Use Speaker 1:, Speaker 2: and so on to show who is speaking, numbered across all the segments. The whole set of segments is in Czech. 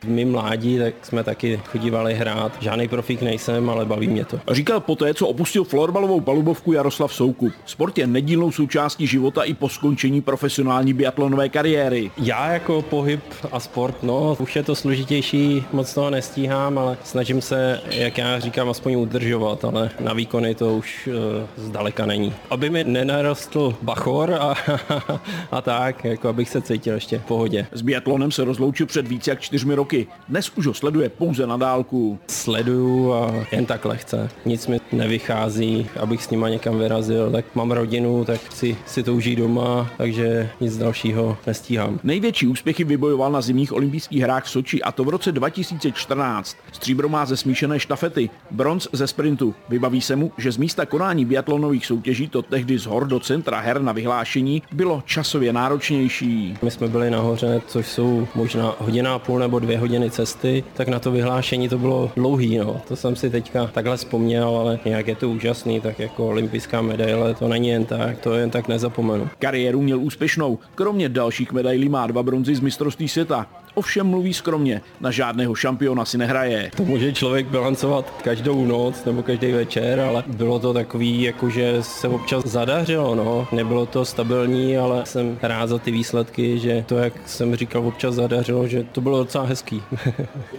Speaker 1: V mým mládí tak jsme taky chodívali hrát. Žádný profík nejsem, ale baví mě to.
Speaker 2: Říkal poté, co opustil florbalovou palubovku Jaroslav Soukup. Sport je nedílnou součástí života i po skončení profesionální biatlonové kariéry.
Speaker 1: Já jako pohyb a sport, no, už je to složitější, moc toho nestíhám, ale snažím se, jak já říkám, aspoň udržovat, ale na výkony to už e, zdaleka není. Aby mi nenarostl bachor a, a tak, jako abych se cítil ještě v pohodě.
Speaker 2: S biatlonem se rozloučil před více jak čtyřmi roky. Dnes už ho sleduje pouze na dálku.
Speaker 1: Sleduju a jen tak lehce. Nic mi nevychází, abych s nima někam vyrazil, tak mám rodinu, tak chci si to užít doma, takže nic dalšího nestíhám.
Speaker 2: Největší úspěchy vybojoval na zimních olympijských hrách v Soči a to v roce 2014. Stříbro má ze smíšené štafety, bronz ze sprintu. Vybaví se mu, že z místa konání biatlonových soutěží to tehdy z hor do centra her na vyhlášení bylo časově náročnější.
Speaker 1: My jsme byli nahoře, což jsou možná hodina a půl nebo dvě hodiny cesty, tak na to vyhlášení to bylo dlouhý, no. To jsem si teďka takhle vzpomněl, ale nějak je to úžasný, tak jako olympijská medaile, to není jen tak, to jen tak nezapomenu.
Speaker 2: Kariéru měl úspěšnou, kromě dalších medailí má dva bronzy z mistrovství světa. Ovšem mluví skromně, na žádného šampiona si nehraje.
Speaker 1: To může člověk bilancovat každou noc nebo každý večer, ale bylo to takový, jakože se občas zadařilo, no. Nebylo to stabilní, ale jsem rád za ty výsledky, že to, jak jsem říkal, občas zadařilo, že to bylo docela hezký.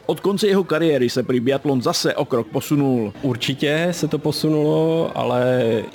Speaker 2: Od konce jeho kariéry se prý biatlon zase o krok posunul.
Speaker 1: Určitě se to posunulo, ale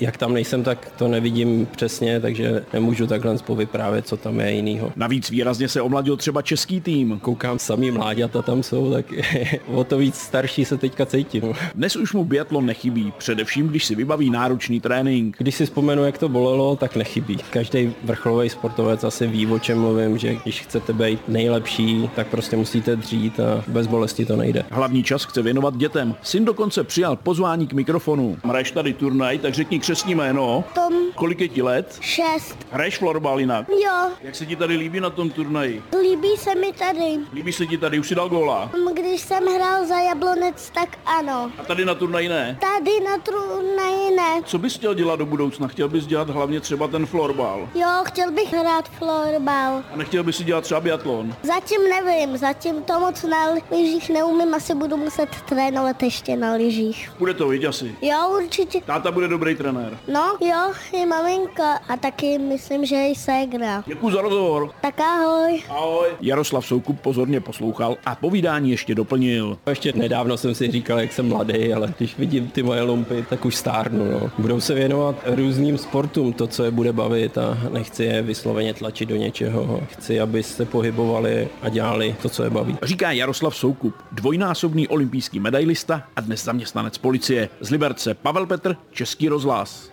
Speaker 1: jak tam nejsem, tak to nevidím přesně, takže nemůžu takhle povyprávět, co tam je jinýho.
Speaker 2: Navíc výrazně se omladil třeba český tým.
Speaker 1: Koukám, samý mláďata tam jsou, tak o to víc starší se teďka cítím.
Speaker 2: Dnes už mu biatlon nechybí, především když si vybaví náročný trénink.
Speaker 1: Když si vzpomenu, jak to bolelo, tak nechybí. Každý vrcholový sportovec asi ví, o čem mluvím, že když chcete být nejlepší, tak prostě musíte dřít a bez bolesti to nejde.
Speaker 2: Hlavní čas chce věnovat dětem. Syn dokonce přijal pozvání k mikrofonu. Hraješ tady turnaj, tak řekni křesní jméno.
Speaker 3: Tom
Speaker 2: Kolik je ti let?
Speaker 3: 6.
Speaker 2: Hraješ florbal jinak.
Speaker 3: Jo,
Speaker 2: Jak se ti tady líbí na tom turnaji?
Speaker 3: líbí se mi tady.
Speaker 2: Líbí se ti tady, už si dal góla.
Speaker 3: Hm, Když jsem hrál za Jablonec, tak ano.
Speaker 2: A tady na turnaji ne.
Speaker 3: Tady na turnaji ne.
Speaker 2: Co bys chtěl dělat do budoucna? Chtěl bys dělat hlavně třeba ten florbal.
Speaker 3: Jo, chtěl bych hrát florbal.
Speaker 2: A nechtěl bys si dělat třeba biatlon.
Speaker 3: Zatím nevím, zatím to moc na lyžích neumím, asi budu muset trénovat ještě na lyžích.
Speaker 2: Bude to vidět asi.
Speaker 3: Jo, určitě.
Speaker 2: Táta bude dobrý trenér.
Speaker 3: No, jo, i maminka a taky myslím, že i ségra.
Speaker 2: Děkuji za rozhovor.
Speaker 3: Tak ahoj.
Speaker 2: Ahoj. Jaroslav Soukup pozorně poslouchal a povídání ještě doplnil.
Speaker 1: Ještě nedávno jsem si říkal, jak jsem mladý, ale když vidím ty moje lumpy, tak už stárnu. No. Budou se věnovat různým sportům, to, co je bude bavit a nechci je vysloveně tlačit do něčeho. Chci, aby se pohybovali a dělali to, co je baví.
Speaker 2: Říká Jaroslav Soukup, dvojnásobný olympijský medailista a dnes zaměstnanec policie. Z Liberce Pavel Petr, Český rozhlas.